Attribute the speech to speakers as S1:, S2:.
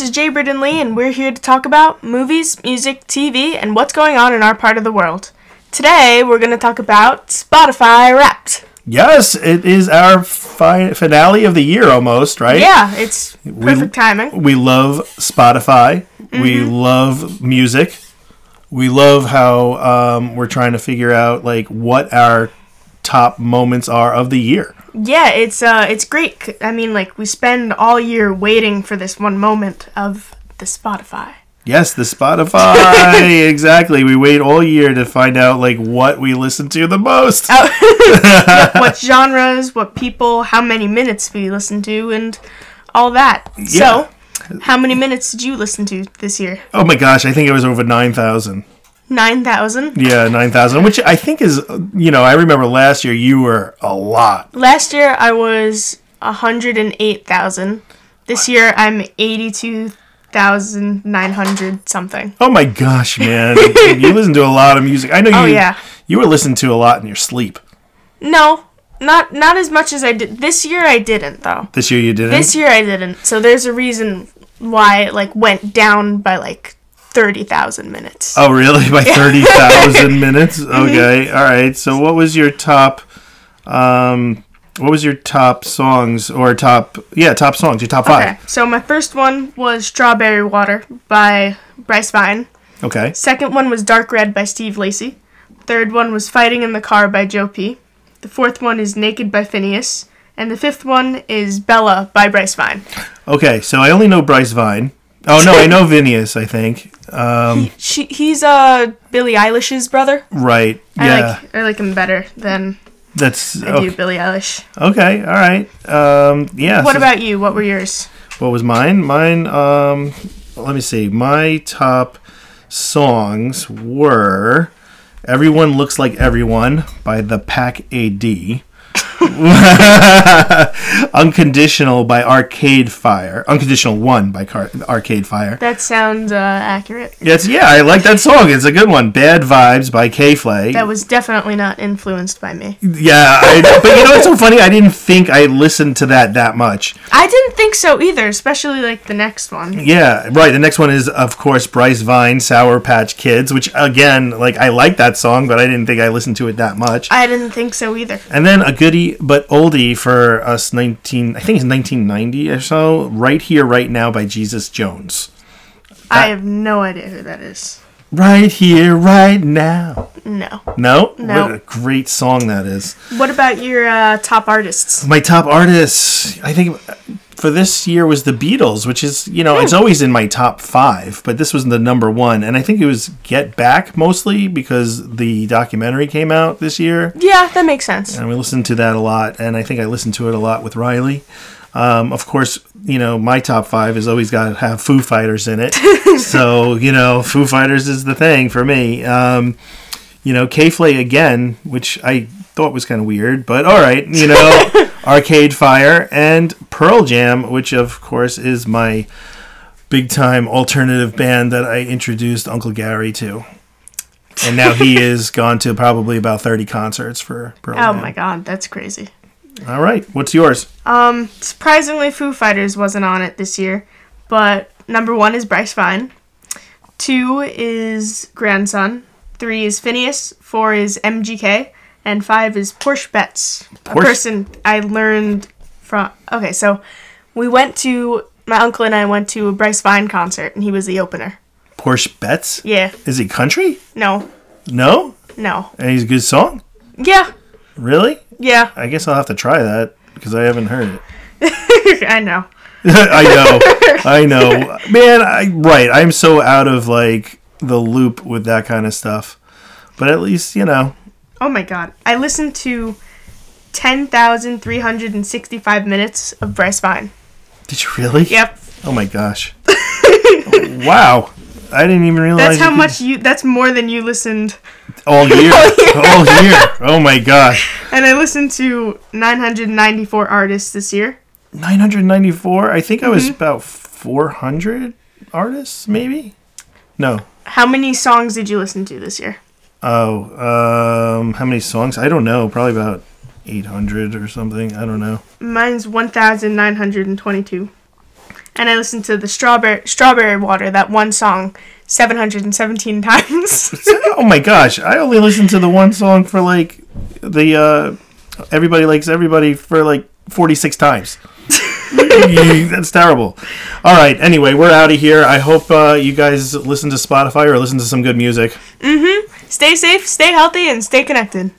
S1: is Jay Britton-Lee, and we're here to talk about movies, music, TV, and what's going on in our part of the world. Today, we're going to talk about Spotify Wrapped.
S2: Yes, it is our fi- finale of the year almost, right?
S1: Yeah, it's perfect timing.
S2: We love Spotify. We love music. We love how um, we're trying to figure out like what our top moments are of the year.
S1: Yeah, it's uh, it's great. C- I mean, like we spend all year waiting for this one moment of the Spotify.
S2: Yes, the Spotify. exactly. We wait all year to find out like what we listen to the most.
S1: what genres, what people, how many minutes we listen to, and all that. So, how many minutes did you listen to this year?
S2: Oh my gosh, I think it was over 9,000.
S1: Nine thousand.
S2: Yeah, 9,000, which I think is, uh, you know, I remember last year you were a lot.
S1: Last year I was hundred and eight thousand. This year I'm eighty-two thousand nine hundred something.
S2: Oh my gosh, man. you listen to a lot of music. I know you
S1: Oh, yeah.
S2: you were listening to a lot in your sleep.
S1: No, not not as much as I did this year. I didn't though.
S2: This year you didn't.
S1: This year I didn't. So there's a reason why it like went down by like thirty thousand minutes.
S2: Oh, really? By 30,000 minutes?
S1: Mm-hmm.
S2: Okay. All right. So what was your top um what was your top songs or top yeah, top songs, your top 5.
S1: Okay. So my first one was Strawberry Water by Bryce Vine.
S2: Okay.
S1: Second one was Dark Red by Steve Lacy. Third one was Fighting in the Car by Joe P. The fourth one is Naked by Phineas. And the fifth one is Bella by Bryce Vine.
S2: Okay. So I only know Bryce Vine. Oh no, I know Vinius, I think. Um
S1: She, he's uh Billie Eilish's brother.
S2: right.
S1: I
S2: Yeah. Oh.
S1: like I like him better than
S2: That's
S1: I do
S2: okay.
S1: Billie Eilish.
S2: okay. All right. Um yeah.
S1: What
S2: so-
S1: about you? What were yours?
S2: what was mine? Mine, um, let me see. My top songs were Everyone Looks Like Everyone by the Pack AD. Unconditional by Arcade Fire. Unconditional 1 by Car- Arcade Fire.
S1: That sounds uh, accurate.
S2: Yes, yeah, I like that song. It's a good one. Bad Vibes by K Flay.
S1: That was definitely not influenced by me.
S2: yeah, I, but you know what's so funny? I didn't think I listened to that that much.
S1: I didn't think so either, especially like the next one.
S2: Yeah, right. The next one is, of course, Bryce Vine, Sour Patch Kids, which, again, like, I like that song, but I didn't think I listened to it that much.
S1: I didn't think so either.
S2: And then a goodie but oldie for us 19, I think it's 1990 or so, Right Here, Right Now by Jesus Jones.
S1: I have no idea who that is.
S2: Right Here, Right Now.
S1: No.
S2: No?
S1: No.
S2: What a great song that is.
S1: What about your uh, top artists?
S2: My top artists, I think. For this year was the Beatles, which is you know it's always in my top five, but this was the number one, and I think it was Get Back mostly because the documentary came out this year,
S1: Yeah, that makes sense.
S2: and we listened to that a lot, and I think I listened to it a lot with Riley. Um, of course, you know my top five has always got to have Foo Fighters in it, so you know Foo Fighters is the thing for me. Um, you know, K-Flay again, which I thought was kind of weird, but all right, you know, Arcade Fire and Pearl Jam, which of course is my big time alternative band that I introduced Uncle Gary to. And now he is gone to probably about 30 concerts for Pearl
S1: Oh
S2: Jam.
S1: my god, that's crazy.
S2: All right, what's yours?
S1: Um, surprisingly, Foo Fighters wasn't on it this year, but number one is Bryce Vine. Two is Grandson. Three is Phineas. Four is MGK. And five is Porsche Betts, a
S2: Porsche-
S1: person I learned from. Okay, so we went to, my uncle and I went to a Bryce Vine concert, and he was the opener.
S2: Porsche Betts?
S1: Yeah,
S2: Is he country?
S1: no,
S2: No?
S1: no.
S2: And he's a good song?
S1: Yeah,
S2: Really?
S1: yeah,
S2: I guess I'll have to try that because I haven't heard it.
S1: I know.
S2: I know. I know. Man, I right. I'm so out of like the loop with that kind of stuff. But at least, you know.
S1: Oh my god. I listened to 10,365 minutes of Bryce Vine.
S2: Did you really?
S1: Yep.
S2: Oh my gosh. wow. I didn't even
S1: That's
S2: realize
S1: how
S2: you could-
S1: much you that's more than you listened.
S2: all year. all year. Oh my gosh.
S1: And I listened to 994 artists this year.
S2: 994. I think I was about 400 artists maybe. No.
S1: How many songs did you listen to this year?
S2: Oh, um how many songs? I don't know. Probably about 800 or something. I don't know.
S1: Mine's 1,922. and I listened to the strawberry strawberry water that one song 717 times.
S2: oh my gosh, I only listened to the one song for like the uh, everybody likes everybody for like 46 times. That's terrible. All right, anyway, we're out of here. I hope uh, you guys listen to Spotify or listen to some good music.
S1: stay safe, stay healthy, and stay connected.